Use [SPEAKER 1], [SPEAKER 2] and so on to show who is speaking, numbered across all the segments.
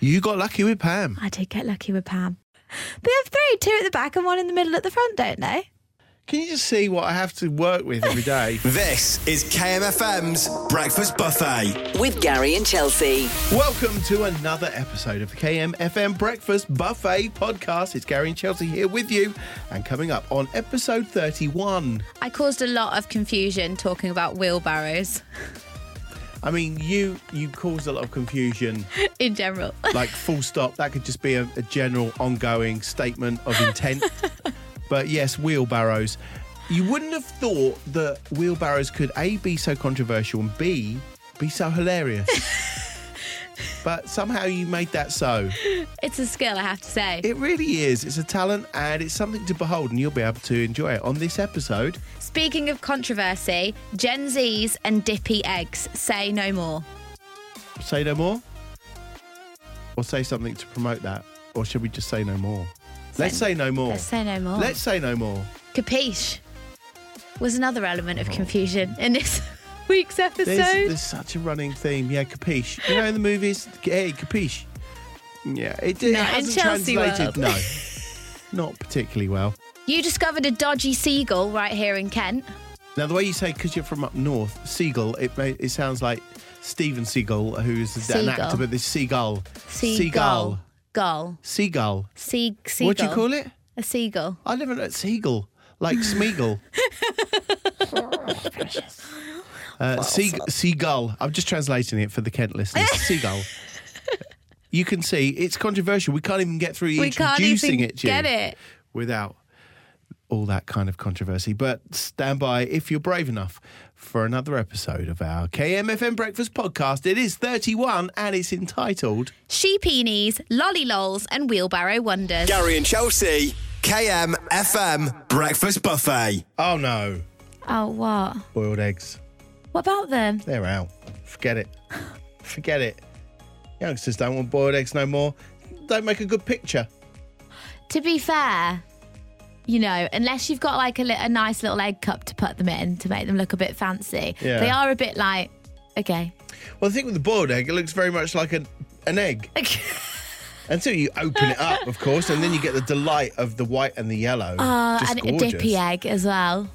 [SPEAKER 1] You got lucky with Pam.
[SPEAKER 2] I did get lucky with Pam. They have three, two at the back and one in the middle at the front, don't they?
[SPEAKER 1] Can you just see what I have to work with every day?
[SPEAKER 3] This is KMFM's Breakfast Buffet.
[SPEAKER 4] With Gary and Chelsea.
[SPEAKER 1] Welcome to another episode of the KMFM Breakfast Buffet Podcast. It's Gary and Chelsea here with you. And coming up on episode 31,
[SPEAKER 5] I caused a lot of confusion talking about wheelbarrows
[SPEAKER 1] I mean, you you caused a lot of confusion.
[SPEAKER 5] in general.
[SPEAKER 1] Like, full stop, that could just be a, a general ongoing statement of intent. but yes, wheelbarrows. You wouldn't have thought that wheelbarrows could A, be so controversial, and B, be so hilarious. but somehow you made that so.
[SPEAKER 5] It's a skill, I have to say.
[SPEAKER 1] It really is. It's a talent and it's something to behold, and you'll be able to enjoy it on this episode.
[SPEAKER 5] Speaking of controversy, Gen Z's and dippy eggs say no more.
[SPEAKER 1] Oh. Say no more? Or say something to promote that? Or should we just say no more? Let's say no more.
[SPEAKER 5] Let's say no more.
[SPEAKER 1] Let's say no more.
[SPEAKER 5] Capiche was another element
[SPEAKER 1] Oh.
[SPEAKER 5] of confusion in this week's episode.
[SPEAKER 1] There's, there's such a running theme. Yeah, capiche. You know in the movies, hey, capiche. Yeah, it, it
[SPEAKER 5] Not in
[SPEAKER 1] hasn't
[SPEAKER 5] Chelsea
[SPEAKER 1] translated.
[SPEAKER 5] world.
[SPEAKER 1] No, not particularly well.
[SPEAKER 5] You discovered a dodgy seagull right here in Kent.
[SPEAKER 1] Now the way you say because you're from up north, seagull. It ma- it sounds like Steven Seagull, who is an
[SPEAKER 5] Seagull.
[SPEAKER 1] actor, but this seagull,
[SPEAKER 5] Seagull. Gull.
[SPEAKER 1] seagull.
[SPEAKER 5] Sea- seagull.
[SPEAKER 1] What do you call it?
[SPEAKER 5] A seagull.
[SPEAKER 1] I never know. Seagull, like Smeagol. uh, sea- seagull. I'm just translating it for the Kent listeners. seagull. You can see it's controversial. We can't even get through
[SPEAKER 5] We can't
[SPEAKER 1] introducing
[SPEAKER 5] even
[SPEAKER 1] it to you
[SPEAKER 5] get it.
[SPEAKER 1] without all that kind of controversy. But stand by if you're brave enough for another episode of our KMFM Breakfast podcast. It is 31 and it's entitled
[SPEAKER 5] Sheepeenies, lolly lols, and wheelbarrow wonders.
[SPEAKER 3] Gary and Chelsea, KMFM Breakfast Buffet.
[SPEAKER 1] Oh No,
[SPEAKER 5] Oh, what?
[SPEAKER 1] Boiled Eggs.
[SPEAKER 5] What about them?
[SPEAKER 1] They're out. Forget it. Forget it. Youngsters don't want boiled eggs no more. Don't make a good picture.
[SPEAKER 5] To be fair, you know, unless you've got like a, li- a nice little egg cup to put them in to make them look a bit fancy,
[SPEAKER 1] Yeah.
[SPEAKER 5] they are a bit like, okay.
[SPEAKER 1] Well, the thing with the boiled egg, it looks very much like an, an egg.
[SPEAKER 5] Uh,
[SPEAKER 1] Until you open it up, of course, and then you get the delight of the white and the yellow.
[SPEAKER 5] Uh,
[SPEAKER 1] Just
[SPEAKER 5] and
[SPEAKER 1] gorgeous.
[SPEAKER 5] a dippy egg as well.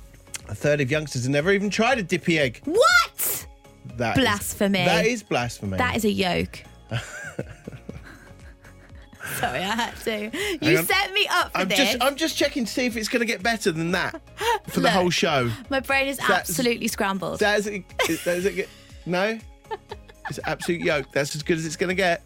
[SPEAKER 1] A third of youngsters have never even tried a dippy egg.
[SPEAKER 5] What?
[SPEAKER 1] That is-
[SPEAKER 5] Blasphemy.
[SPEAKER 1] that is blasphemy.
[SPEAKER 5] That is a yoke. Sorry, I had to.
[SPEAKER 1] Hang
[SPEAKER 5] You
[SPEAKER 1] on.
[SPEAKER 5] set me up for
[SPEAKER 1] I'm
[SPEAKER 5] this.
[SPEAKER 1] just, I'm just checking to see if it's going to get better than that for the
[SPEAKER 5] Look.
[SPEAKER 1] whole show.
[SPEAKER 5] My brain is
[SPEAKER 1] That's-
[SPEAKER 5] absolutely scrambled.
[SPEAKER 1] That is, is- that is it. No, it's absolute yoke. That's as good as it's going to get.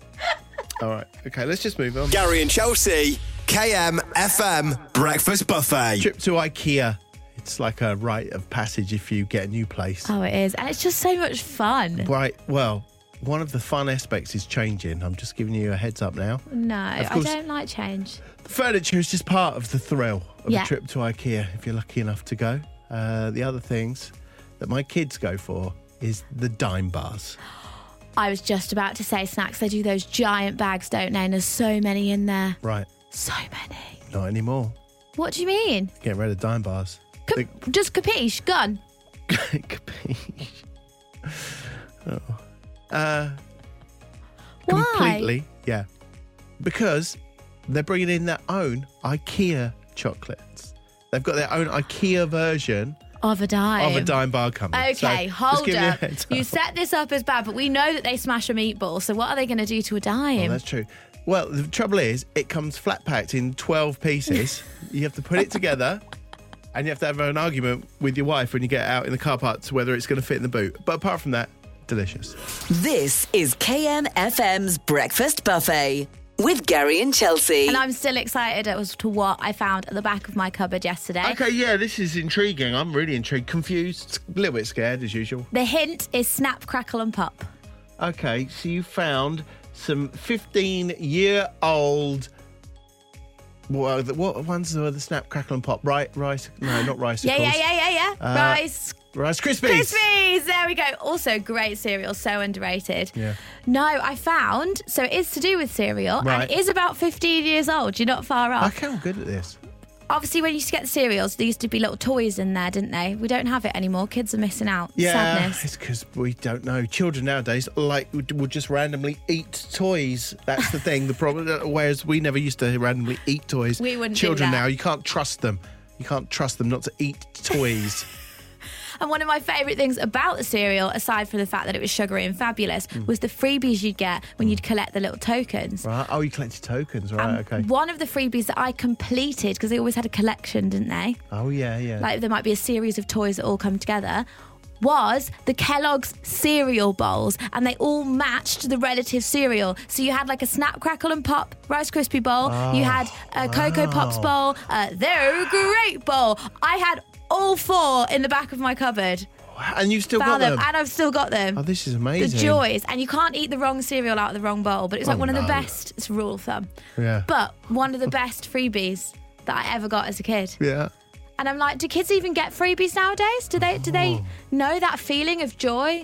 [SPEAKER 1] All right. Okay. Let's just move on.
[SPEAKER 3] Gary and Chelsea, KMFM Breakfast Buffet.
[SPEAKER 1] Trip to IKEA. It's like a rite of passage if you get a new place.
[SPEAKER 5] oh, it is. And it's just so much fun.
[SPEAKER 1] Right. Well, one of the fun aspects is changing. I'm just giving you a heads up now.
[SPEAKER 5] No, I
[SPEAKER 1] course.
[SPEAKER 5] don't like change.
[SPEAKER 1] Furniture is just part of the thrill of
[SPEAKER 5] Yeah.
[SPEAKER 1] a trip to IKEA if you're lucky enough to go. Uh, the other things that my kids go for is the dime bars.
[SPEAKER 5] I was just about to say snacks. They do those giant bags, don't they? And there's so many in there.
[SPEAKER 1] Right.
[SPEAKER 5] So many.
[SPEAKER 1] Not anymore.
[SPEAKER 5] What do you mean?
[SPEAKER 1] Getting rid of dime bars.
[SPEAKER 5] Cap- just capiche, gone.
[SPEAKER 1] They- Capiche? oh. Uh,
[SPEAKER 5] Why?
[SPEAKER 1] completely. Yeah. Because they're bringing in their own IKEA chocolates. They've got their own IKEA version
[SPEAKER 5] Of a dime.
[SPEAKER 1] of a dime bar coming.
[SPEAKER 5] Okay,
[SPEAKER 1] So, just
[SPEAKER 5] hold
[SPEAKER 1] give you a
[SPEAKER 5] up.
[SPEAKER 1] heads
[SPEAKER 5] You
[SPEAKER 1] up.
[SPEAKER 5] set this up as bad, but we know that they smash a meatball. So what are they going to do to a
[SPEAKER 1] Oh,
[SPEAKER 5] dime?
[SPEAKER 1] that's true. Well, the trouble is, it comes flat packed in 12 pieces. you have to put it together and you have to have an argument with your wife when you get out in the car park to whether it's going to fit in the boot. But apart from that, delicious.
[SPEAKER 4] This is KMFM's Breakfast Buffet. With Gary and Chelsea.
[SPEAKER 5] and I'm still excited as to what I found at the back of my cupboard yesterday.
[SPEAKER 1] Okay, yeah, this is intriguing. I'm really intrigued. Confused, a little bit scared as usual.
[SPEAKER 5] The hint is snap, crackle, and pop.
[SPEAKER 1] Okay, so you found some 15 year old. What, are the- what ones were the snap, crackle, and pop? Right, rice. No, not rice.
[SPEAKER 5] Yeah, yeah, yeah, yeah, yeah.
[SPEAKER 1] Uh,
[SPEAKER 5] Rice,
[SPEAKER 1] Rice Krispies.
[SPEAKER 5] Krispies. There we go. Also, great cereal. So underrated.
[SPEAKER 1] Yeah.
[SPEAKER 5] No, I found. So it is to do with cereal,
[SPEAKER 1] Right.
[SPEAKER 5] and it is about 15 years old. You're not far off.
[SPEAKER 1] Okay, I'm good at this.
[SPEAKER 5] obviously when you used to get the cereals, there used to be little toys in there, didn't they? We don't have it anymore. Kids are missing out.
[SPEAKER 1] Yeah,
[SPEAKER 5] Sadness.
[SPEAKER 1] it's because we don't know. Children nowadays like would would just randomly eat toys. That's the thing. The problem. uh, Whereas we never used to randomly eat toys.
[SPEAKER 5] We wouldn't do
[SPEAKER 1] Children
[SPEAKER 5] that.
[SPEAKER 1] now, you can't trust them. You can't trust them not to eat toys.
[SPEAKER 5] And one of my favourite things about the cereal, aside from the fact that it was sugary and fabulous,
[SPEAKER 1] Mm.
[SPEAKER 5] was the freebies you'd get when you'd collect the little tokens.
[SPEAKER 1] right? Oh, you collected tokens, Mm. right?
[SPEAKER 5] Um,
[SPEAKER 1] okay.
[SPEAKER 5] One of the freebies that I completed, because they always had a collection, didn't they?
[SPEAKER 1] Oh yeah, yeah.
[SPEAKER 5] Like there might be a series of toys that all come together. Was the Kellogg's cereal bowls, and they all matched the relative cereal. So you had like a Snap Crackle and Pop Rice Krispie bowl,
[SPEAKER 1] Oh,
[SPEAKER 5] you had a Cocoa Pops bowl, a They're Great bowl. I had all four in the back of my cupboard.
[SPEAKER 1] and you've still got
[SPEAKER 5] Found them,
[SPEAKER 1] them.
[SPEAKER 5] and I've still got them.
[SPEAKER 1] Oh, this is
[SPEAKER 5] the
[SPEAKER 1] amazing.
[SPEAKER 5] joys, and you can't eat the wrong cereal out of the wrong bowl. But it's like
[SPEAKER 1] Oh,
[SPEAKER 5] one of
[SPEAKER 1] no.
[SPEAKER 5] the best. It's a rule of thumb.
[SPEAKER 1] Yeah.
[SPEAKER 5] But one of the best freebies that I ever got as a kid.
[SPEAKER 1] Yeah.
[SPEAKER 5] And I'm like, do kids even get freebies nowadays? Do they
[SPEAKER 1] Oh.
[SPEAKER 5] do they know that feeling of joy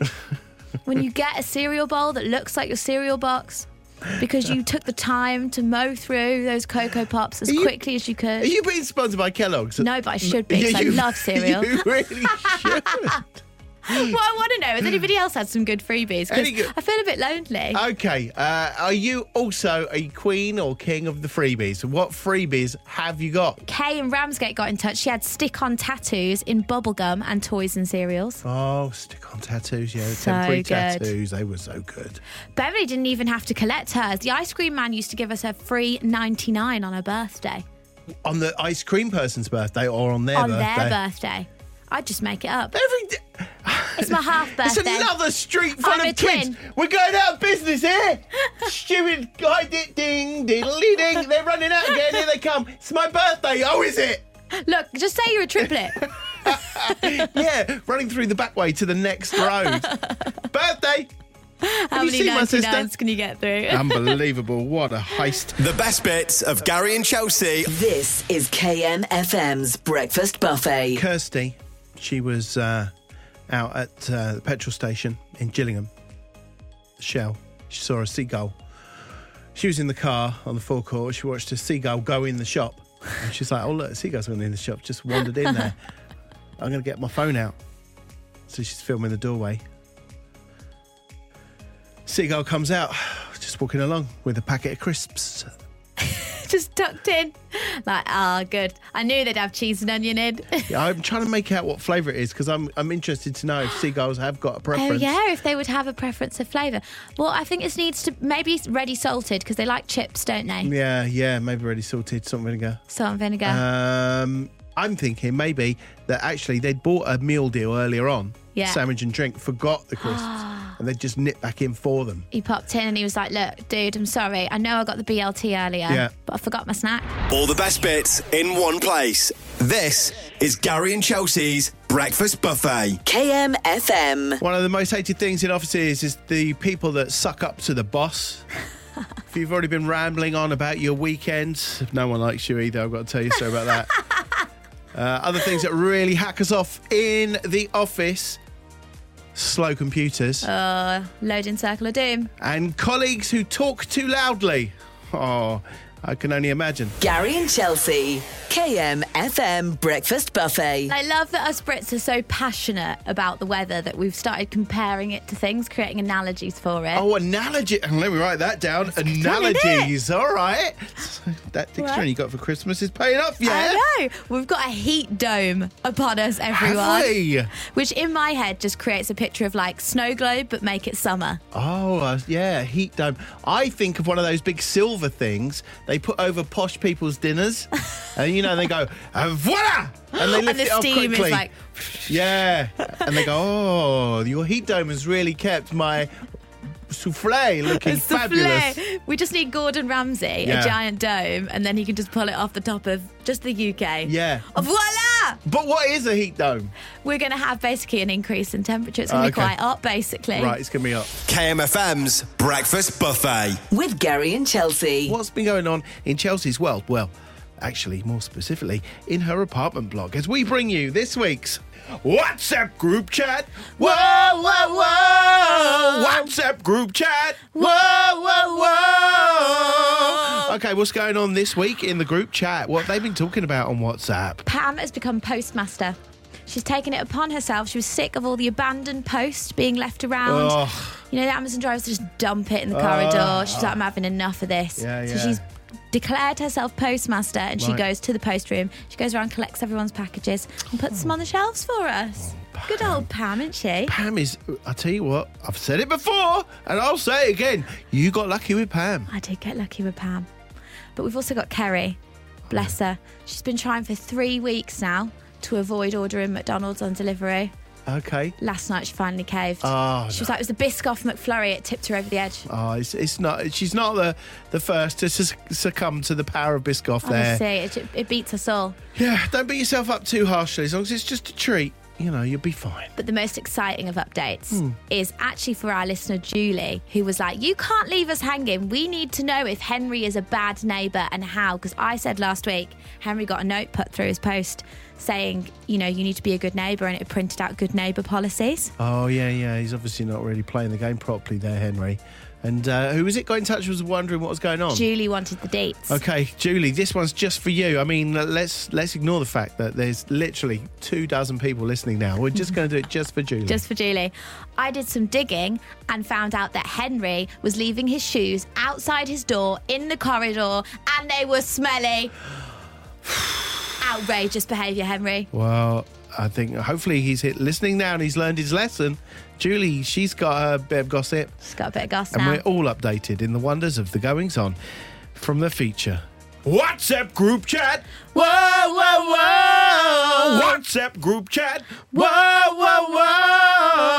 [SPEAKER 5] when you get a cereal bowl that looks like your cereal box? Because you took the time to mow through those Cocoa Pops as
[SPEAKER 1] you-
[SPEAKER 5] quickly as you could.
[SPEAKER 1] Are you being sponsored by Kellogg's?
[SPEAKER 5] No, but I should be, 'cause I love cereal.
[SPEAKER 1] You really should.
[SPEAKER 5] well, I want to know, has anybody else had some good freebies? 'Cause
[SPEAKER 1] Any good-
[SPEAKER 5] I feel a bit lonely.
[SPEAKER 1] Okay. Uh, are you also a queen or king of the freebies? What freebies have you got?
[SPEAKER 5] Kay and Ramsgate got in touch. She had stick-on tattoos in bubblegum and toys and cereals.
[SPEAKER 1] Oh, stick on tattoos, yeah.
[SPEAKER 5] So
[SPEAKER 1] temporary
[SPEAKER 5] good.
[SPEAKER 1] tattoos. They were so good.
[SPEAKER 5] Beverly didn't even have to collect hers. The ice cream man used to give us her free 99 on her birthday.
[SPEAKER 1] On the ice cream person's birthday or on their
[SPEAKER 5] on
[SPEAKER 1] birthday?
[SPEAKER 5] their birthday. I just make it up.
[SPEAKER 1] Every day.
[SPEAKER 5] It's my half
[SPEAKER 1] It's
[SPEAKER 5] birthday.
[SPEAKER 1] another street full
[SPEAKER 5] I'm a
[SPEAKER 1] of kids.
[SPEAKER 5] twin.
[SPEAKER 1] We're going out of business here. Stupid guy did ding, diddly ding. They're running out again. Here they come. It's my birthday. Oh, is it?
[SPEAKER 5] Look, just say you're a triplet.
[SPEAKER 1] Yeah, running through the back way to the next road. birthday.
[SPEAKER 5] How
[SPEAKER 1] you
[SPEAKER 5] many
[SPEAKER 1] seen my sister?
[SPEAKER 5] 99s can you get through?
[SPEAKER 1] Unbelievable. What a heist.
[SPEAKER 3] The best bits of Gary and Chelsea.
[SPEAKER 4] This is KMFM's Breakfast Buffet.
[SPEAKER 1] Kirsty, she was uh, out at uh, the petrol station in Gillingham, Shell. She saw a seagull. She was in the car on the forecourt. She watched a seagull go in the shop. And she's like, oh, look, a seagull's gone in the shop. Just wandered in there. I'm going to get my phone out. So she's filming the doorway. Seagull comes out, just walking along with a packet of crisps.
[SPEAKER 5] just tucked in. Like, ah, good. I knew they'd have cheese and onion in.
[SPEAKER 1] Yeah, I'm trying to make out what flavour it is because I'm, I'm interested to know if seagulls have got a
[SPEAKER 5] Oh
[SPEAKER 1] preference.
[SPEAKER 5] yeah, if they would have a preference of flavour. Well, I think it needs to maybe it's ready salted because they like chips, don't they?
[SPEAKER 1] Yeah, yeah, maybe already sorted, salt and vinegar.
[SPEAKER 5] Salt and vinegar.
[SPEAKER 1] Um, I'm thinking maybe that actually they'd bought a meal deal earlier on,
[SPEAKER 5] Yeah.
[SPEAKER 1] sandwich and drink, forgot the crisps, and they'd just nip back in for them.
[SPEAKER 5] he popped in and he was like, "Look, dude, I'm sorry. I know I got the BLT earlier,
[SPEAKER 1] Yeah.
[SPEAKER 5] but I forgot my snack."
[SPEAKER 3] All the best bits in one place. This is Gary and Chelsea's Breakfast Buffet.
[SPEAKER 4] KMFM.
[SPEAKER 1] One of the most hated things in offices is the people that suck up to the boss. if you've already been rambling on about your weekends, no one likes you either, I've got to tell you so about that. Uh, other things that really hack us off in the office slow computers.
[SPEAKER 5] Loading circle of doom.
[SPEAKER 1] and colleagues who talk too loudly. Oh, I can only imagine.
[SPEAKER 4] Gary and Chelsea. KMFM Breakfast Buffet.
[SPEAKER 5] I love that us Brits are so passionate about the weather that we've started comparing it to things, creating analogies for it.
[SPEAKER 1] Oh, analogy. Let me write that down. Analogies. All right. That dictionary
[SPEAKER 5] Right.
[SPEAKER 1] you got for Christmas is paying off, yeah?
[SPEAKER 5] I know. We've got a heat dome upon us, everyone.
[SPEAKER 1] Have we?
[SPEAKER 5] Which in my head just creates a picture of like snow globe, but make it summer.
[SPEAKER 1] Oh, uh, yeah, heat dome. I think of one of those big silver things they put over posh people's dinners. and, you know, they go, and voila! And they lift
[SPEAKER 5] and the
[SPEAKER 1] it up
[SPEAKER 5] steam
[SPEAKER 1] quickly.
[SPEAKER 5] is like,
[SPEAKER 1] Yeah. And they go, oh, your heat dome has really kept my souffle looking
[SPEAKER 5] it's the
[SPEAKER 1] fabulous.
[SPEAKER 5] flare. We just need Gordon Ramsay,
[SPEAKER 1] Yeah.
[SPEAKER 5] a giant dome, and then he can just pull it off the top of just the UK.
[SPEAKER 1] Yeah.
[SPEAKER 5] Voila!
[SPEAKER 1] But what is a heat dome?
[SPEAKER 5] We're going to have basically an increase in temperature. It's going to
[SPEAKER 1] Okay.
[SPEAKER 5] be quite up, basically.
[SPEAKER 1] Right, it's going to be up.
[SPEAKER 3] KMFM's Breakfast Buffet.
[SPEAKER 4] With Gary and Chelsea.
[SPEAKER 1] What's been going on in Chelsea's world? Well, actually, more specifically, in her apartment blog, as we bring you this week's WhatsApp group chat. Whoa, whoa, whoa! WhatsApp group chat. Whoa, whoa, whoa! okay, what's going on this week in the group chat? What have they been talking about on WhatsApp?
[SPEAKER 5] Pam has become postmaster. She's taken it upon herself. She was sick of all the abandoned posts being left around.
[SPEAKER 1] Ugh. Ah.
[SPEAKER 5] You know, the Amazon drivers just dump it in the corridor. She's like, I'm having enough of this.
[SPEAKER 1] Yeah,
[SPEAKER 5] so
[SPEAKER 1] yeah.
[SPEAKER 5] she's declared herself postmaster and she
[SPEAKER 1] Right.
[SPEAKER 5] goes to the post room. She goes around, collects everyone's packages and puts them on the shelves for us.
[SPEAKER 1] Oh,
[SPEAKER 5] Good old Pam, isn't she?
[SPEAKER 1] Pam is, I tell you what, I've said it before and I'll say it again. You got lucky with Pam.
[SPEAKER 5] I did get lucky with Pam. But we've also got Kerry. Bless her. She's been trying for three weeks now to avoid ordering McDonald's on delivery.
[SPEAKER 1] Okay.
[SPEAKER 5] Last night she finally caved.
[SPEAKER 1] Oh,
[SPEAKER 5] she was like, it was the Biscoff McFlurry. It tipped her over the edge.
[SPEAKER 1] Oh, it's, it's not, she's not the, the first to sus- succumb to the power of Biscoff there.
[SPEAKER 5] Honestly, it, it beats us all.
[SPEAKER 1] Yeah, don't beat yourself up too harshly. As long as it's just a treat, you know, you'll be fine.
[SPEAKER 5] But the most exciting of updates is actually for our listener Julie, who was like, "You can't leave us hanging. We need to know if Henry is a bad neighbour and how." Because I said last week Henry got a note put through his post saying, "You know, you need to be a good neighbour," and it printed out good neighbour policies.
[SPEAKER 1] Oh, yeah, yeah. He's obviously not really playing the game properly there, Henry. And uh, who was it got in touch was wondering what was going on?
[SPEAKER 5] Julie wanted the dates.
[SPEAKER 1] Okay, Julie, this one's just for you. I mean, let's let's ignore the fact that there's literally two dozen people listening now. We're just going to do it just for Julie.
[SPEAKER 5] Just for Julie. I did some digging and found out that Henry was leaving his shoes outside his door in the corridor and they were smelly. Outrageous behaviour, Henry.
[SPEAKER 1] well, I think hopefully he's hit listening now and he's learned his lesson. Julie, she's got a bit of gossip,
[SPEAKER 5] Just got a bit of goss
[SPEAKER 1] and
[SPEAKER 5] now.
[SPEAKER 1] we're all updated in the wonders of the goings on from the feature. WhatsApp group chat. Whoa, whoa, whoa. WhatsApp group chat. Whoa, whoa,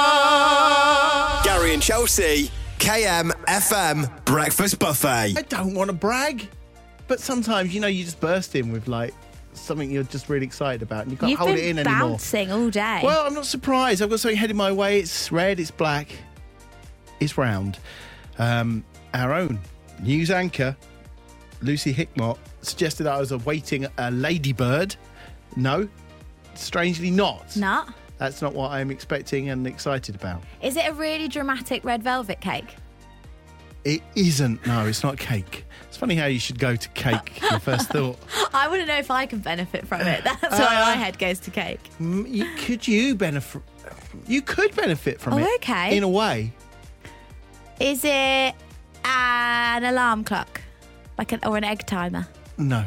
[SPEAKER 1] whoa.
[SPEAKER 3] Gary and Chelsea, KM FM Breakfast Buffet.
[SPEAKER 1] I don't want to brag, but sometimes you know you just burst in with like something you're just really excited about, and you can't
[SPEAKER 5] You've
[SPEAKER 1] hold
[SPEAKER 5] been
[SPEAKER 1] it in anymore.
[SPEAKER 5] bouncing all day.
[SPEAKER 1] Well, I'm not surprised. I've got something headed my way. It's red, it's black, it's round. Um, our own news anchor, Lucy Hickmott, suggested I was awaiting a ladybird. No, strangely not.
[SPEAKER 5] Not.
[SPEAKER 1] That's not what I'm expecting and excited about.
[SPEAKER 5] Is it a really dramatic red velvet cake?
[SPEAKER 1] It isn't. No, it's not cake. It's funny how you should go to cake, your first thought.
[SPEAKER 5] I want to know if I can benefit from it. That's why
[SPEAKER 1] Uh,
[SPEAKER 5] my head goes to cake.
[SPEAKER 1] Mm, you, could you benefit? You could benefit from
[SPEAKER 5] Oh,
[SPEAKER 1] it.
[SPEAKER 5] okay.
[SPEAKER 1] In a way.
[SPEAKER 5] Is it an alarm clock? Like an, or an egg timer?
[SPEAKER 1] No.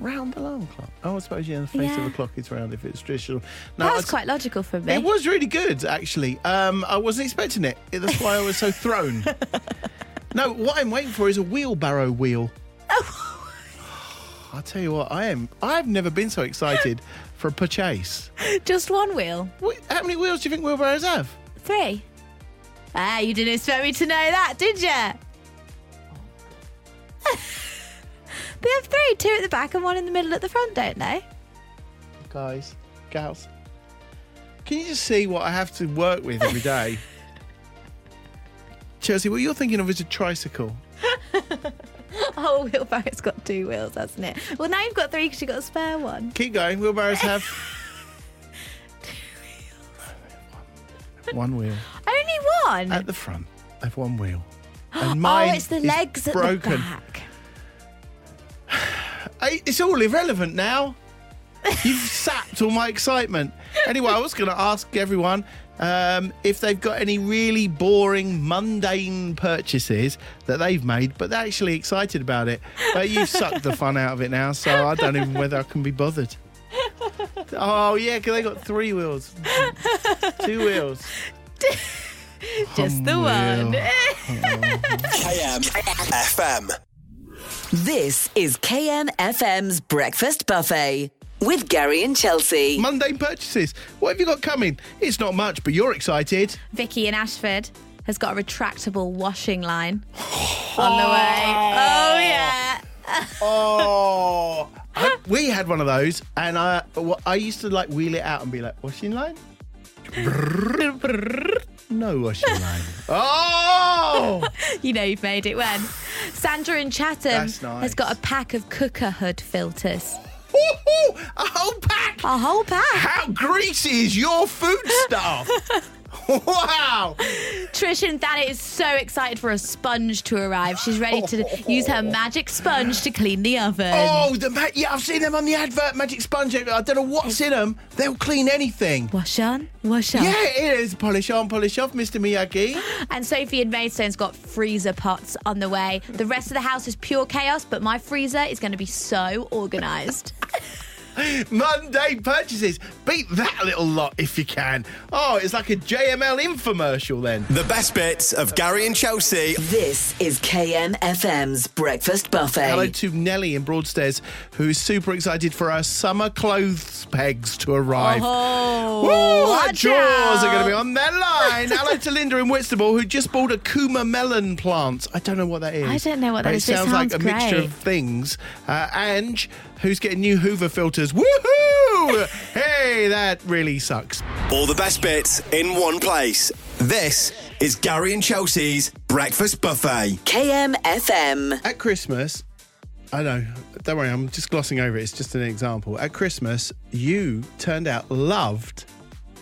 [SPEAKER 1] Round alarm clock. Oh, I suppose yeah. The face of
[SPEAKER 5] Yeah.
[SPEAKER 1] a clock is round if it's traditional. No,
[SPEAKER 5] That was
[SPEAKER 1] I'd-
[SPEAKER 5] quite logical for me.
[SPEAKER 1] It was really good, actually. Um, I wasn't expecting it. That's why I was so thrown. no, what I'm waiting for is a wheelbarrow wheel.
[SPEAKER 5] Oh.
[SPEAKER 1] I tell you what, I am. I've never been so excited for a purchase.
[SPEAKER 5] Just one wheel.
[SPEAKER 1] What, how many wheels do you think wheelbarrows have?
[SPEAKER 5] Three. Ah, you didn't expect me to know that, did you? they have three, two at the back and one in the middle at the front, don't they?
[SPEAKER 1] guys, gals. Can you just see what I have to work with every day? Chelsea, what you're thinking of is a tricycle.
[SPEAKER 5] Oh, wheelbarrow's got two wheels, hasn't it? Well, now you've got three because you've got a spare one.
[SPEAKER 1] Keep going. Wheelbarrows have one wheel
[SPEAKER 5] Only one.
[SPEAKER 1] at the front. They've one wheel, and
[SPEAKER 5] oh,
[SPEAKER 1] Uh, mine
[SPEAKER 5] it's the
[SPEAKER 1] is
[SPEAKER 5] legs at
[SPEAKER 1] broken.
[SPEAKER 5] the back.
[SPEAKER 1] I- it's all irrelevant now. You've sapped all my excitement. Anyway, I was going to ask everyone um, if they've got any really boring, mundane purchases that they've made, but they're actually excited about it. But you've sucked the fun out of it now, so I don't even whether I can be bothered. Oh, yeah, because they got three wheels, two wheels.
[SPEAKER 5] Just the
[SPEAKER 1] Unreal.
[SPEAKER 5] one.
[SPEAKER 3] KM FM.
[SPEAKER 4] This is KM FM's Breakfast Buffet with Gary and Chelsea.
[SPEAKER 1] Mundane purchases. What have you got coming? It's not much, but you're excited.
[SPEAKER 5] Vicky in Ashford has got a retractable washing line on the way. Oh, yeah.
[SPEAKER 1] Oh, I- we had one of those, and I well, I used to like wheel it out and be like, washing line? no washing line. Oh,
[SPEAKER 5] You know you've made it when. Sandra in Chatham
[SPEAKER 1] That's nice.
[SPEAKER 5] has got a pack of cooker hood filters.
[SPEAKER 1] Woo-hoo, a whole pack.
[SPEAKER 5] A whole pack.
[SPEAKER 1] How greasy is your food stuff? wow!
[SPEAKER 5] Trish and Thanet is so excited for a sponge to arrive. She's ready to use her magic sponge to clean the oven.
[SPEAKER 1] Oh, the ma- yeah, I've seen them on the advert, Magic Sponge. I don't know what's in them. They'll clean anything.
[SPEAKER 5] Wash on, wash on.
[SPEAKER 1] Yeah, it is. Polish on, polish off, Mr. Miyagi.
[SPEAKER 5] And Sophie and Maidstone's got freezer pots on the way. The rest of the house is pure chaos, but my freezer is going to be so organised.
[SPEAKER 1] Monday purchases. Beat that little lot if you can. Oh, it's like a JML infomercial then.
[SPEAKER 3] The best bits of Gary and Chelsea.
[SPEAKER 4] This is KMFM's Breakfast
[SPEAKER 1] Hello
[SPEAKER 4] Buffet.
[SPEAKER 1] to Nelly in Broadstairs, who's super excited for our summer clothes pegs to arrive. Woo, our
[SPEAKER 5] watch
[SPEAKER 1] jaws are
[SPEAKER 5] out.
[SPEAKER 1] going to be on their line. Hello to Linda in Whitstable, who just bought a Kuma melon plant. I don't know what that is.
[SPEAKER 5] I don't know what that
[SPEAKER 1] But
[SPEAKER 5] is, but
[SPEAKER 1] It
[SPEAKER 5] it
[SPEAKER 1] sounds like a
[SPEAKER 5] sounds
[SPEAKER 1] mixture
[SPEAKER 5] great.
[SPEAKER 1] of things. Uh, Ange, who's getting new Hoover filters. Woohoo! hey, that really sucks.
[SPEAKER 3] All the best bits in one place. This is Gary and Chelsea's Breakfast Buffet.
[SPEAKER 4] KMFM.
[SPEAKER 1] At Christmas, I know, don't worry, I'm just glossing over it. It's just an example. At Christmas, you turned out loved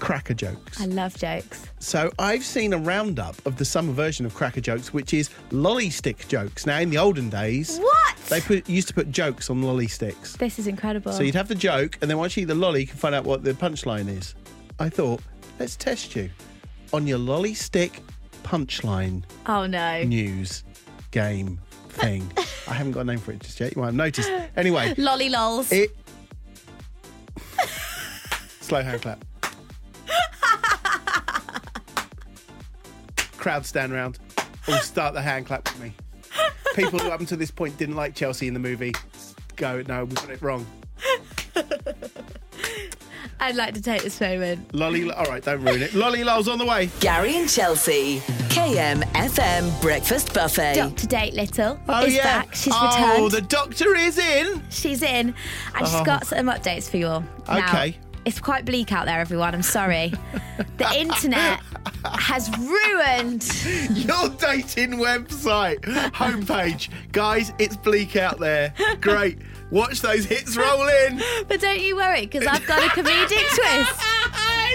[SPEAKER 1] cracker jokes.
[SPEAKER 5] I love jokes.
[SPEAKER 1] So I've seen a roundup of the summer version of cracker jokes, which is lolly stick jokes. Now, in the olden days,
[SPEAKER 5] What?
[SPEAKER 1] they put, used to put jokes on lolly sticks.
[SPEAKER 5] This is incredible.
[SPEAKER 1] So you'd have the joke, and then once you eat the lolly, you can find out what the punchline is. I thought, let's test you on your lolly stick punchline
[SPEAKER 5] oh no.
[SPEAKER 1] news game thing. I haven't got a name for it just yet. You might have noticed. Anyway,
[SPEAKER 5] Lolly lols.
[SPEAKER 1] it. Slow hand clap. Crowd stand round. All start the hand clap with me. People who up until this point didn't like Chelsea in the movie go, no, we got it wrong.
[SPEAKER 5] I'd like to take this moment.
[SPEAKER 1] Lolly, all right, don't ruin it. Lolly lol's on the way.
[SPEAKER 4] Gary and Chelsea. KMFM Breakfast Buffet.
[SPEAKER 5] Dr. Date Little
[SPEAKER 1] Oh
[SPEAKER 5] is
[SPEAKER 1] yeah.
[SPEAKER 5] back. She's
[SPEAKER 1] oh,
[SPEAKER 5] returned.
[SPEAKER 1] the doctor is in.
[SPEAKER 5] She's in. And she's got some updates for you all. Now,
[SPEAKER 1] Okay.
[SPEAKER 5] It's quite bleak out there, everyone. I'm sorry. the internet has ruined.
[SPEAKER 1] Your dating website homepage, guys. It's bleak out there. Great. Watch those hits roll in.
[SPEAKER 5] But don't you worry, because I've got a comedic twist.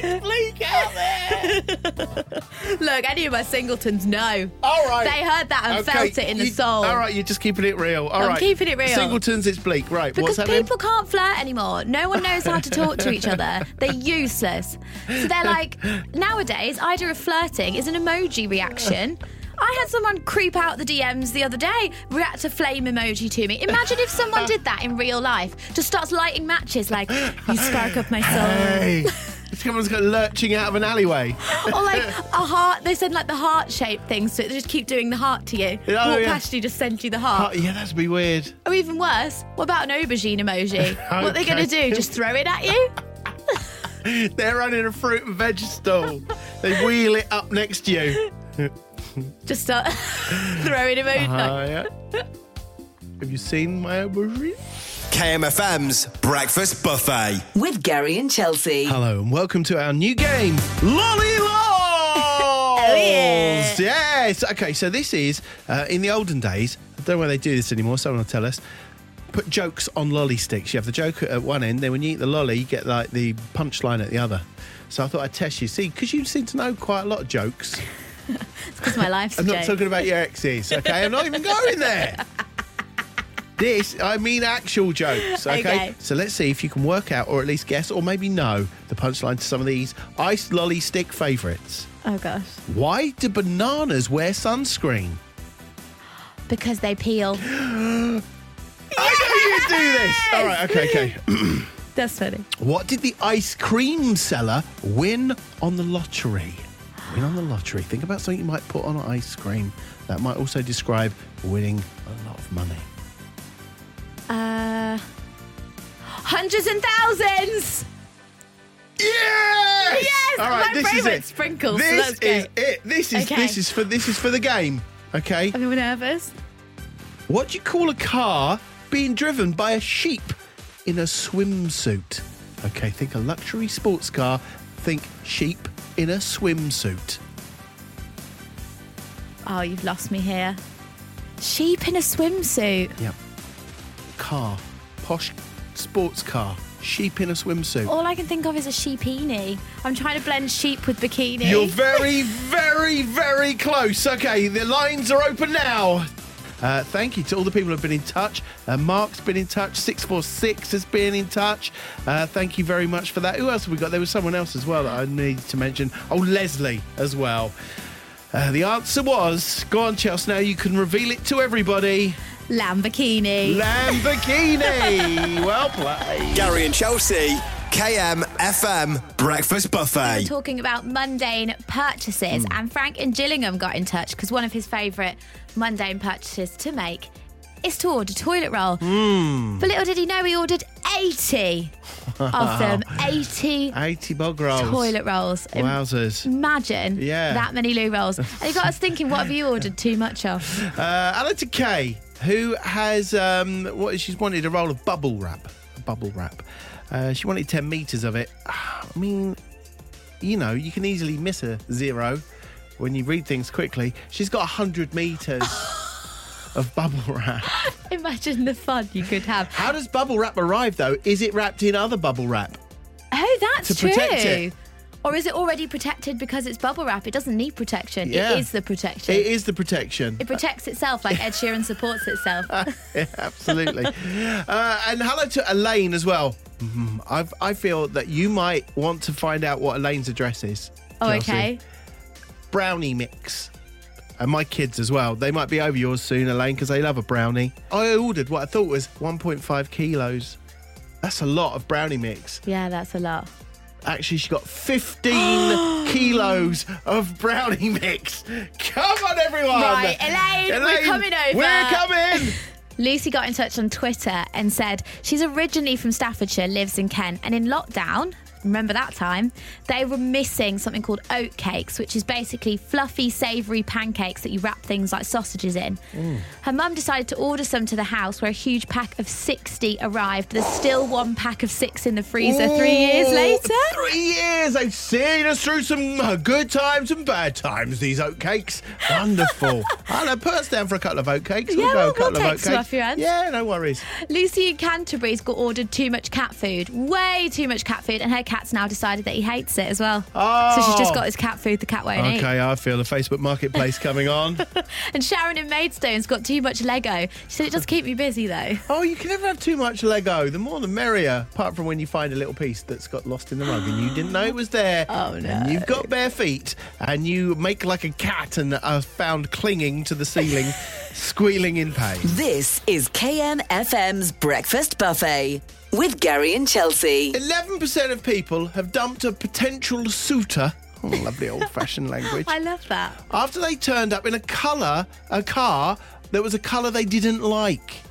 [SPEAKER 1] it's bleak out there.
[SPEAKER 5] Look, any of my singletons know.
[SPEAKER 1] All right.
[SPEAKER 5] They heard that and
[SPEAKER 1] Oh. Okay,
[SPEAKER 5] felt it in the
[SPEAKER 1] you-
[SPEAKER 5] soul.
[SPEAKER 1] All right, you're just keeping it real. All
[SPEAKER 5] I'm
[SPEAKER 1] right.
[SPEAKER 5] keeping it real.
[SPEAKER 1] Singletons, it's bleak. Right.
[SPEAKER 5] Because
[SPEAKER 1] what's happening?
[SPEAKER 5] people can't flirt anymore. No one knows how to talk to each other. They're useless. So they're like, nowadays, idea of flirting is an emoji reaction. I had someone creep out the DMs the other day, react to flame emoji to me. Imagine if someone did that in real life. Just starts lighting matches like, you spark up my soul.
[SPEAKER 1] Hey. Someone's got lurching out of an alleyway.
[SPEAKER 5] Or like a heart, they send like the heart shaped things, so they just keep doing the heart to you.
[SPEAKER 1] Oh,
[SPEAKER 5] Walk
[SPEAKER 1] yeah.
[SPEAKER 5] past you, just send you the
[SPEAKER 1] Oh,
[SPEAKER 5] heart.
[SPEAKER 1] yeah, that's be weird.
[SPEAKER 5] Or even worse, what about an aubergine emoji? What they're going to
[SPEAKER 1] Okay.
[SPEAKER 5] do, just throw it at you?
[SPEAKER 1] They're running a fruit and veg stall. they wheel it up next to you.
[SPEAKER 5] Just start throwing him out. like,
[SPEAKER 1] Hiya. Oh, Have you seen my aubergine?
[SPEAKER 3] KMFM's Breakfast Buffet.
[SPEAKER 4] With Gary and Chelsea.
[SPEAKER 1] Hello and welcome to our new game, Lolly Lolls!
[SPEAKER 5] yeah.
[SPEAKER 1] Yes. Okay, so this is uh, in the olden days. I don't know why they do this anymore. Someone will tell us. Put jokes on lolly sticks. You have the joke at one end, then when you eat the lolly, you get like the punchline at the other. So I thought I'd test you, see, because you seem to know quite a lot of jokes.
[SPEAKER 5] It's my life's a
[SPEAKER 1] I'm not
[SPEAKER 5] joke.
[SPEAKER 1] talking about your exes, okay? I'm not even going there. This, I mean actual jokes, okay?
[SPEAKER 5] Okay.
[SPEAKER 1] So let's see if you can work out, or at least guess, or maybe know the punchline to some of these ice lolly stick favourites.
[SPEAKER 5] oh gosh,
[SPEAKER 1] Why do bananas wear sunscreen?
[SPEAKER 5] because they peel.
[SPEAKER 1] I know you do this! All right, okay, okay.
[SPEAKER 5] That's funny.
[SPEAKER 1] What did the ice cream seller win on the lottery? Win on the lottery. Think about something you might put on ice cream. That might also describe winning a lot of money.
[SPEAKER 5] Uh, hundreds and thousands.
[SPEAKER 1] Yes!
[SPEAKER 5] Yes!
[SPEAKER 1] All right,
[SPEAKER 5] My
[SPEAKER 1] this is
[SPEAKER 5] favourite
[SPEAKER 1] it.
[SPEAKER 5] sprinkles, so
[SPEAKER 1] This is
[SPEAKER 5] that's great.
[SPEAKER 1] it. This is
[SPEAKER 5] Okay.
[SPEAKER 1] this is for this is for the game. Okay.
[SPEAKER 5] Are we nervous?
[SPEAKER 1] What do you call a car being driven by a sheep in a swimsuit? Okay, think a luxury sports car. Think sheep in a swimsuit.
[SPEAKER 5] Oh, you've lost me here. Sheep in a swimsuit.
[SPEAKER 1] Yep. Car, posh sports car, sheep in a swimsuit.
[SPEAKER 5] All I can think of is a sheepini. I'm trying to blend sheep with bikini.
[SPEAKER 1] You're very, very, very close. Okay, the lines are open now. Uh, thank you to all the people who have been in touch. Uh, Mark's been in touch. 646 has been in touch. Uh, thank you very much for that. Who else have we got? There was someone else as well that I need to mention. Oh, Leslie as well. Uh, the answer was go on, Chelsea, now you can reveal it to everybody.
[SPEAKER 5] Lamborghini.
[SPEAKER 1] Lamborghini. well played.
[SPEAKER 3] Gary and Chelsea, KMFM Breakfast
[SPEAKER 5] We're
[SPEAKER 3] Buffet.
[SPEAKER 5] talking about mundane purchases,
[SPEAKER 1] Hmm.
[SPEAKER 5] and Frank in Gillingham got in touch because one of his favourite mundane purchases to make is to order toilet roll.
[SPEAKER 1] Hmm.
[SPEAKER 5] But little did he know he ordered 80 of them. 80
[SPEAKER 1] 80 bog rolls.
[SPEAKER 5] toilet rolls.
[SPEAKER 1] Wowzers.
[SPEAKER 5] Imagine
[SPEAKER 1] Yeah.
[SPEAKER 5] that many loo rolls. And it got us thinking, what have you ordered too much of?
[SPEAKER 1] Uh, Alita Kay, who has um, what she's wanted a roll of bubble wrap, bubble wrap. Uh, she wanted ten meters of it. I mean, you know, you can easily miss a zero when you read things quickly. She's got hundred meters of bubble wrap.
[SPEAKER 5] Imagine the fun you could have.
[SPEAKER 1] How does bubble wrap arrive though? Is it wrapped in other bubble wrap?
[SPEAKER 5] Oh, that's
[SPEAKER 1] To
[SPEAKER 5] true.
[SPEAKER 1] protect it.
[SPEAKER 5] Or is it already protected because it's bubble wrap? It doesn't need protection.
[SPEAKER 1] Yeah.
[SPEAKER 5] It is the protection.
[SPEAKER 1] It is the protection.
[SPEAKER 5] It protects itself like Ed Sheeran supports itself. Oh,
[SPEAKER 1] Absolutely. uh, and hello to Elaine as well. Mhm. I've, I feel that you might want to find out what Elaine's address is.
[SPEAKER 5] Oh,
[SPEAKER 1] Chelsea.
[SPEAKER 5] okay.
[SPEAKER 1] brownie mix. And my kids as well. They might be over yours soon, Elaine, because they love a brownie. I ordered what I thought was 1.5 kilos. That's a lot of brownie mix.
[SPEAKER 5] Yeah, that's a lot.
[SPEAKER 1] Actually, she got 15 kilos of brownie mix. Come on, everyone.
[SPEAKER 5] Right, Elaine, we're coming over.
[SPEAKER 1] We're coming.
[SPEAKER 5] Lucy got in touch on Twitter and said she's originally from Staffordshire, lives in Kent, and in lockdown, remember that time, they were missing something called oat cakes, which is basically fluffy, savoury pancakes that you wrap things like sausages in.
[SPEAKER 1] Mm.
[SPEAKER 5] Her mum decided to order some to the house where a huge pack of 60 arrived. There's still one pack of six in the freezer three years
[SPEAKER 1] Ooh,
[SPEAKER 5] later.
[SPEAKER 1] Oh, Three years. They've seen us through some uh, good times and bad times, these oatcakes. Wonderful. I'll uh, put us down for a couple of oatcakes. we'll
[SPEAKER 5] Yeah,
[SPEAKER 1] go
[SPEAKER 5] we'll-
[SPEAKER 1] a couple
[SPEAKER 5] we'll
[SPEAKER 1] of
[SPEAKER 5] take some
[SPEAKER 1] oatcakes.
[SPEAKER 5] off your hands.
[SPEAKER 1] Yeah, no worries.
[SPEAKER 5] Lucy in Canterbury's got ordered too much cat food, way too much cat food, and her cat's now decided that he hates it as well. So
[SPEAKER 1] Oh.
[SPEAKER 5] she's just got his cat food the cat won't eat.
[SPEAKER 1] Okay, I feel the Facebook marketplace coming on.
[SPEAKER 5] And Sharon in Maidstone's got too much Lego. She said it does keep me busy though.
[SPEAKER 1] oh, you can never have too much Lego. The more the merrier, apart from when you find a little piece that's got lost in the rug and you didn't know it was there. Oh, no. And you've got bare feet and you make like a cat and are found clinging to the ceiling, squealing in pain.
[SPEAKER 4] This is KMFM's Breakfast Buffet with Gary and Chelsea.
[SPEAKER 1] 11% of people have dumped a potential suitor. Oh, lovely old fashioned language.
[SPEAKER 5] I love that.
[SPEAKER 1] After they turned up in a colour, a car that was a colour they didn't like.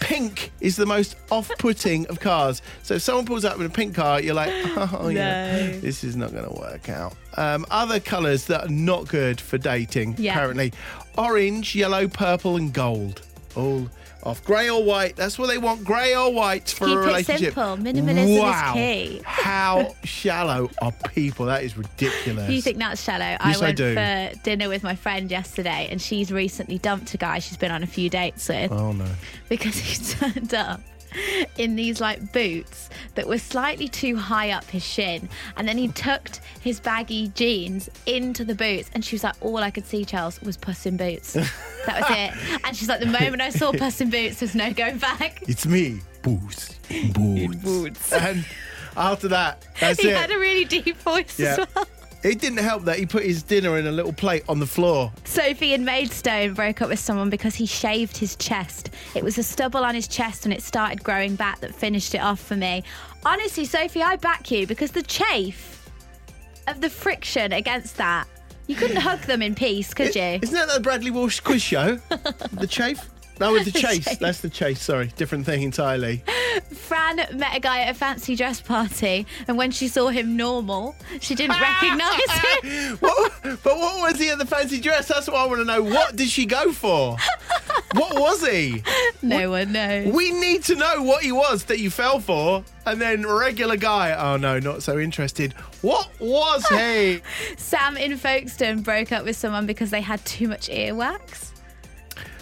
[SPEAKER 1] pink is the most off putting of cars. So if someone pulls up in a pink car, you're like, oh, yeah, this is not going to work out. Um, other colours that are not good for dating,
[SPEAKER 5] Yeah.
[SPEAKER 1] apparently orange, yellow, purple, and gold. All off. Grey or white. That's what they want grey or white for
[SPEAKER 5] Keep
[SPEAKER 1] a
[SPEAKER 5] it
[SPEAKER 1] relationship.
[SPEAKER 5] simple. Minimalism is
[SPEAKER 1] wow.
[SPEAKER 5] key.
[SPEAKER 1] How shallow are people? That is ridiculous.
[SPEAKER 5] You think that's shallow?
[SPEAKER 1] Yes, I
[SPEAKER 5] I went
[SPEAKER 1] do.
[SPEAKER 5] for dinner with my friend yesterday and she's recently dumped a guy she's been on a few dates with.
[SPEAKER 1] Oh no.
[SPEAKER 5] because he turned up in these like boots that were slightly too high up his shin and then he tucked his baggy jeans into the boots and she was like all i could see charles was puss in boots that was it and she's like the moment i saw puss in boots there's no going back
[SPEAKER 1] It's me, Boots. Boots. And after that, that's
[SPEAKER 5] he
[SPEAKER 1] it.
[SPEAKER 5] had a really deep voice as
[SPEAKER 1] Yeah.
[SPEAKER 5] well
[SPEAKER 1] It didn't help that he put his dinner in a little plate on the floor.
[SPEAKER 5] Sophie in Maidstone broke up with someone because he shaved his chest. It was a stubble on his chest and it started growing back that finished it off for me. Honestly, Sophie, I back you because the chafe of the friction against that, you couldn't hug them in peace, could you?
[SPEAKER 1] Isn't that the Bradley Walsh quiz show? the chafe? No, with the chase.
[SPEAKER 5] chase.
[SPEAKER 1] That's the chase. Sorry, different thing entirely.
[SPEAKER 5] Fran met a guy at a fancy dress party and when she saw him normal, she didn't recognise him.
[SPEAKER 1] what, but what was he at the fancy dress? That's what I want to know. What did she go for? What was he?
[SPEAKER 5] No one knows.
[SPEAKER 1] We need to know what he was that you fell for, and then regular guy. Oh no, not so interested. What was he?
[SPEAKER 5] Sam in Folkestone broke up with someone because they had too much earwax.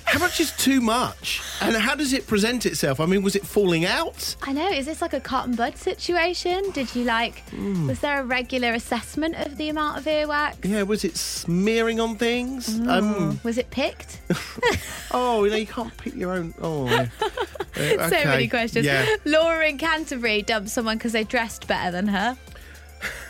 [SPEAKER 1] How much is too much? And how does it present itself? I mean, was it falling out?
[SPEAKER 6] I know. Is this like a cotton bud situation? Did you like?
[SPEAKER 1] Hmm.
[SPEAKER 6] Was there a regular assessment of the amount of earwax?
[SPEAKER 1] Yeah, was it smearing on things? Um,
[SPEAKER 6] Was it picked?
[SPEAKER 1] oh, you know, you can't pick your own. Oh, yeah. Uh,
[SPEAKER 5] So many
[SPEAKER 1] okay.
[SPEAKER 5] questions.
[SPEAKER 1] Yeah.
[SPEAKER 5] Laura in Canterbury dumped someone because they dressed better than her.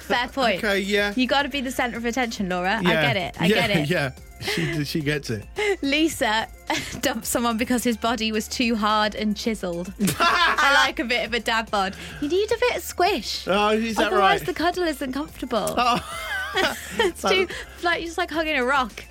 [SPEAKER 5] Fair point.
[SPEAKER 1] Okay, yeah.
[SPEAKER 5] You got to be the centre of attention, Laura. I
[SPEAKER 1] Yeah.
[SPEAKER 5] get it. I
[SPEAKER 1] yeah,
[SPEAKER 5] get it.
[SPEAKER 1] Yeah, she she gets it.
[SPEAKER 5] Lisa dumped someone because his body was too hard and chiselled. I like a bit of a dad bod. You need a bit of squish.
[SPEAKER 1] Oh, is that
[SPEAKER 5] Otherwise,
[SPEAKER 1] right?
[SPEAKER 5] the cuddle isn't comfortable.
[SPEAKER 1] Oh,
[SPEAKER 5] it's too, like, you're just like hugging a rock.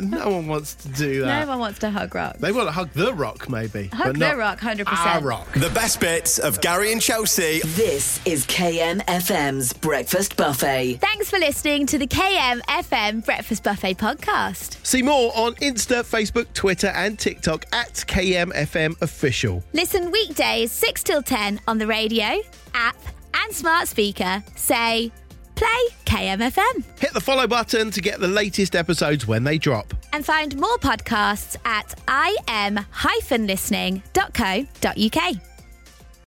[SPEAKER 1] no one wants to do that.
[SPEAKER 5] No one wants to hug rock.
[SPEAKER 1] They want to hug the rock, maybe.
[SPEAKER 5] Hug
[SPEAKER 1] but
[SPEAKER 5] the
[SPEAKER 1] not
[SPEAKER 5] rock, 100%.
[SPEAKER 1] Our rock.
[SPEAKER 3] The best bits of Gary and Chelsea.
[SPEAKER 4] This is KMFM's Breakfast Buffet.
[SPEAKER 5] Thanks for listening to the KMFM Breakfast Buffet podcast.
[SPEAKER 1] See more on Insta, Facebook, Twitter, and TikTok at KMFM Official.
[SPEAKER 5] Listen weekdays 6 till 10 on the radio, app, and smart speaker. Say, play KMFM.
[SPEAKER 1] Hit the follow button to get the latest episodes when they drop.
[SPEAKER 5] And find more podcasts at im-listening.co.uk.